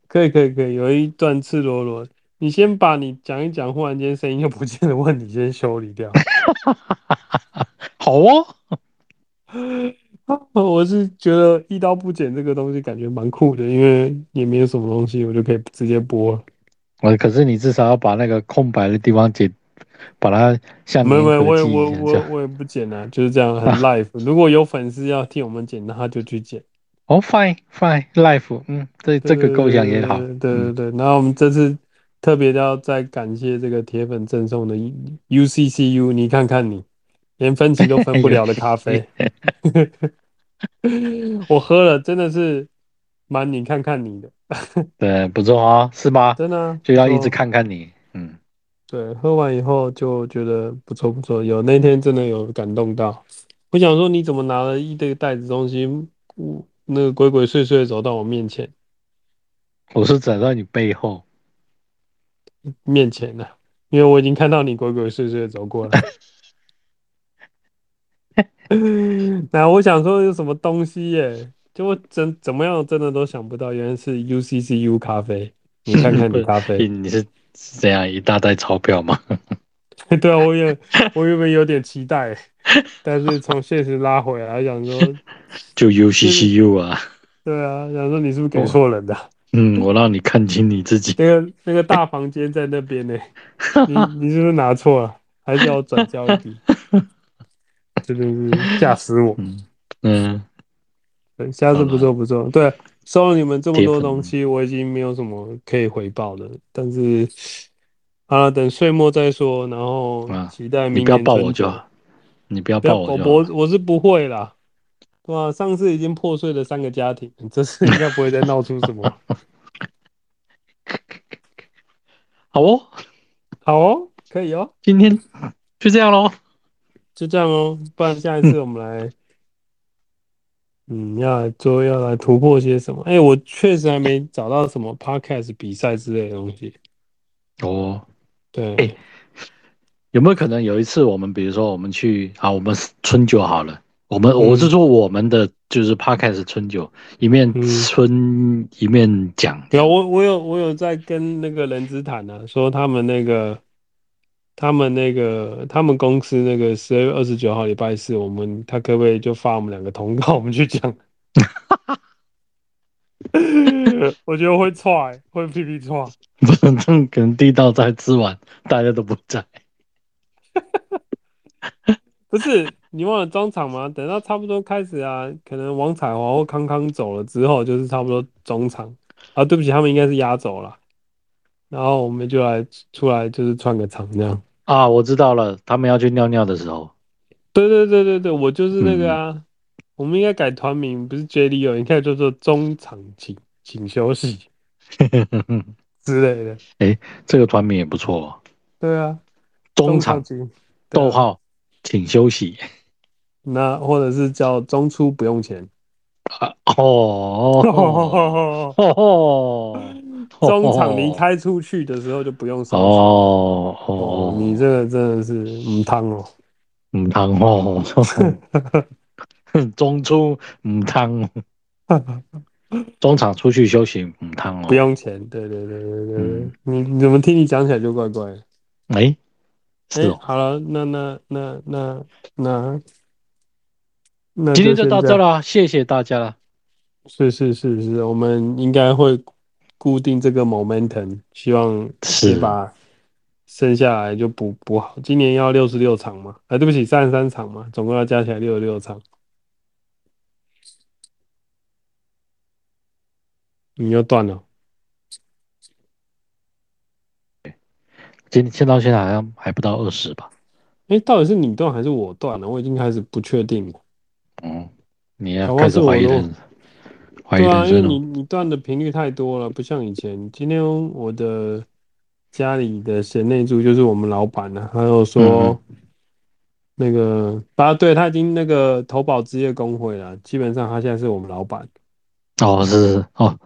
Speaker 2: 可以可以可以，有一段赤裸裸，你先把你讲一讲，忽然间声音又不见的问题先修理掉。
Speaker 1: 好哦，
Speaker 2: 我是觉得一刀不剪这个东西感觉蛮酷的，因为也没有什么东西，我就可以直接播了。
Speaker 1: 我可是你至少要把那个空白的地方解，把它像
Speaker 2: 没有没有，
Speaker 1: 粘
Speaker 2: 我
Speaker 1: 合
Speaker 2: 也
Speaker 1: 剂
Speaker 2: 我
Speaker 1: 一样这
Speaker 2: 我
Speaker 1: 样。
Speaker 2: 我也不剪啊，就是这样很 live。如果有粉丝要替我们剪，那他就去剪。
Speaker 1: 哦，fine fine，life，嗯，这这个构想也好。
Speaker 2: 对
Speaker 1: 嗯
Speaker 2: 对对，然后我们这次特别要再感谢这个铁粉赠送的 UCCU，你看看你，连分歧都分不了的咖啡， 我喝了真的是蛮你看看你的，
Speaker 1: 对，不错啊，是吧？
Speaker 2: 真的啊
Speaker 1: 就要一直。
Speaker 2: 不错
Speaker 1: 看看你，嗯，
Speaker 2: 对，喝完以后就觉得不错不错，有那天真的有感动到，我想说你怎么拿了一堆袋子东西，嗯那个鬼鬼祟祟地走到我面前
Speaker 1: 我是走到你背后，
Speaker 2: 面前了、因为我已经看到你鬼鬼祟祟的走过来。 那我想说有什么东西耶？就我怎怎么样真的都想不到，原来是 UCCU 咖啡。你看看你咖 啡
Speaker 1: 你，你是是这样一大袋钞票吗？
Speaker 2: 对啊，我也我原本有点期待，但是从现实拉回来，想说
Speaker 1: 就 UCCU 啊，
Speaker 2: 对啊，想说你是不是给错人的啊？
Speaker 1: 嗯，我让你看清你自己，
Speaker 2: 那个那个大房间在那边呢，你你是不是拿错了？还是要转交一笔？ 真的是吓死我！
Speaker 1: 嗯嗯，
Speaker 2: 对，下次不
Speaker 1: 好
Speaker 2: 错不错。对，收了你们这
Speaker 1: 嗯
Speaker 2: 么
Speaker 1: 铁
Speaker 2: 多
Speaker 1: 粉
Speaker 2: 东西，我已经没有什么可以回报的，但是啊，等岁末再说，然后
Speaker 1: 啊
Speaker 2: 期待
Speaker 1: 你
Speaker 2: 明
Speaker 1: 不要
Speaker 2: 年
Speaker 1: 抱我
Speaker 2: 春
Speaker 1: 就
Speaker 2: 酒。
Speaker 1: 好，你不要
Speaker 2: 不要，
Speaker 1: 抱我
Speaker 2: 我
Speaker 1: 就好，
Speaker 2: 我我是不会啦，对吧、上次已经破碎了三个家庭，这次应该不会再闹出 什么。
Speaker 1: 好哦，
Speaker 2: 好哦，可以哦。
Speaker 1: 今天就这样喽，
Speaker 2: 就这样哦，不然下一次我们来， 嗯，要来做，要来突破些什么？哎，我确实还没找到什么 podcast 比赛之类的东西。
Speaker 1: 哦，
Speaker 2: 对
Speaker 1: 哎，有没有可能有一次我们，比如说我们去啊，我们春酒好了，我们、
Speaker 2: 嗯
Speaker 1: 我是说我们的就是 podcast 春酒，一面
Speaker 2: 嗯
Speaker 1: 春、一面讲，
Speaker 2: 有啊我我有我有在跟那个人资谈呢、啊，说他们那个，他们那个，他们公司那个十二月二十九号礼拜四，我们他可不可以就发我们两个通告，我们去讲？ 我觉得会踹、会屁屁啊踹。
Speaker 1: 不能可能地道在吃完，大家都不在。
Speaker 2: 不是你忘了中场吗？等到差不多开始啊，可能王彩华或康康走了之后，就是差不多中场啊。对不起，他们应该是压轴了。然后我们就来出来，就是串个场这样。
Speaker 1: 啊，我知道了，他们要去尿尿的时候，
Speaker 2: 对对对对对，我就是那
Speaker 1: 嗯
Speaker 2: 个啊。我们应该改团名，不是 J D O，应该叫做中场请请 休息之类的。
Speaker 1: 这个团名也不错、哦。
Speaker 2: 对啊，
Speaker 1: 中场
Speaker 2: 请啊
Speaker 1: 逗，号，请休息。
Speaker 2: 对啊那或者是叫中出不用钱。
Speaker 1: 啊哦哦，
Speaker 2: 中场离开出去的时候就不用收
Speaker 1: 哦
Speaker 2: 钱。
Speaker 1: 哦
Speaker 2: 哦
Speaker 1: 哦，，
Speaker 2: 你这个真的是母汤哦。
Speaker 1: 唔通哦， 中出唔通哦，中场出去休息唔通哦。
Speaker 2: 不用钱，对对对对对对
Speaker 1: 嗯，
Speaker 2: 你你怎么听你讲起来就怪怪的？
Speaker 1: 哎、是
Speaker 2: 哎
Speaker 1: 哦，
Speaker 2: 好了，那那那那那那
Speaker 1: 今天就
Speaker 2: 先
Speaker 1: 到
Speaker 2: 这
Speaker 1: 这
Speaker 2: 样。
Speaker 1: 了，谢谢大家了。
Speaker 2: 是是是是，我们应该会固定这个 momentum，希望
Speaker 1: 是
Speaker 2: 先把剩下来就补补好。今年要六十六场嘛？啊，对不起，三十三场嘛，总共要加起来六十六场。你又断了，
Speaker 1: 今现到现在好像还不到二十吧？
Speaker 2: 哎，到底是你断还是我断了？我已经开始不确定了。
Speaker 1: 嗯，你要
Speaker 2: 搞不好
Speaker 1: 开始
Speaker 2: 是我
Speaker 1: 怀疑
Speaker 2: 的
Speaker 1: 人，怀疑
Speaker 2: 对啊，
Speaker 1: 人
Speaker 2: 因为
Speaker 1: 生哦
Speaker 2: 你
Speaker 1: 了。
Speaker 2: 你断的频率太多了，不像以前。今天我的家里的贤内助就是我们老板呢、啊，他有
Speaker 1: 嗯
Speaker 2: 说那个，啊，对他已经那个投保职业工会了，基本上他现在是我们老板。
Speaker 1: 哦，是是是 哦，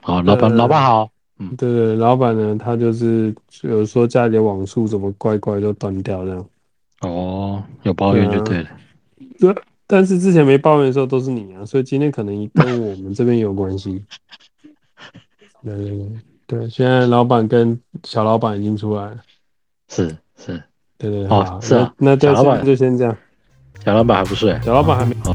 Speaker 1: 好，老板，
Speaker 2: 呃
Speaker 1: 老板好，
Speaker 2: 对对，老板呢，他就是有说家里的网速怎么怪怪就断掉这样。
Speaker 1: 哦，有抱怨就
Speaker 2: 对啊
Speaker 1: 对了。
Speaker 2: 但是之前没抱怨的时候都是你啊，所以今天可能跟我们这边有关 系。对对对，对，现在老板跟小老板已经出来了。
Speaker 1: 是是，
Speaker 2: 对对，
Speaker 1: 哦
Speaker 2: 好，
Speaker 1: 是啊
Speaker 2: 那那就
Speaker 1: 小老板
Speaker 2: 先就先这样，
Speaker 1: 小老板还不睡。
Speaker 2: 小老板还没。
Speaker 1: 好，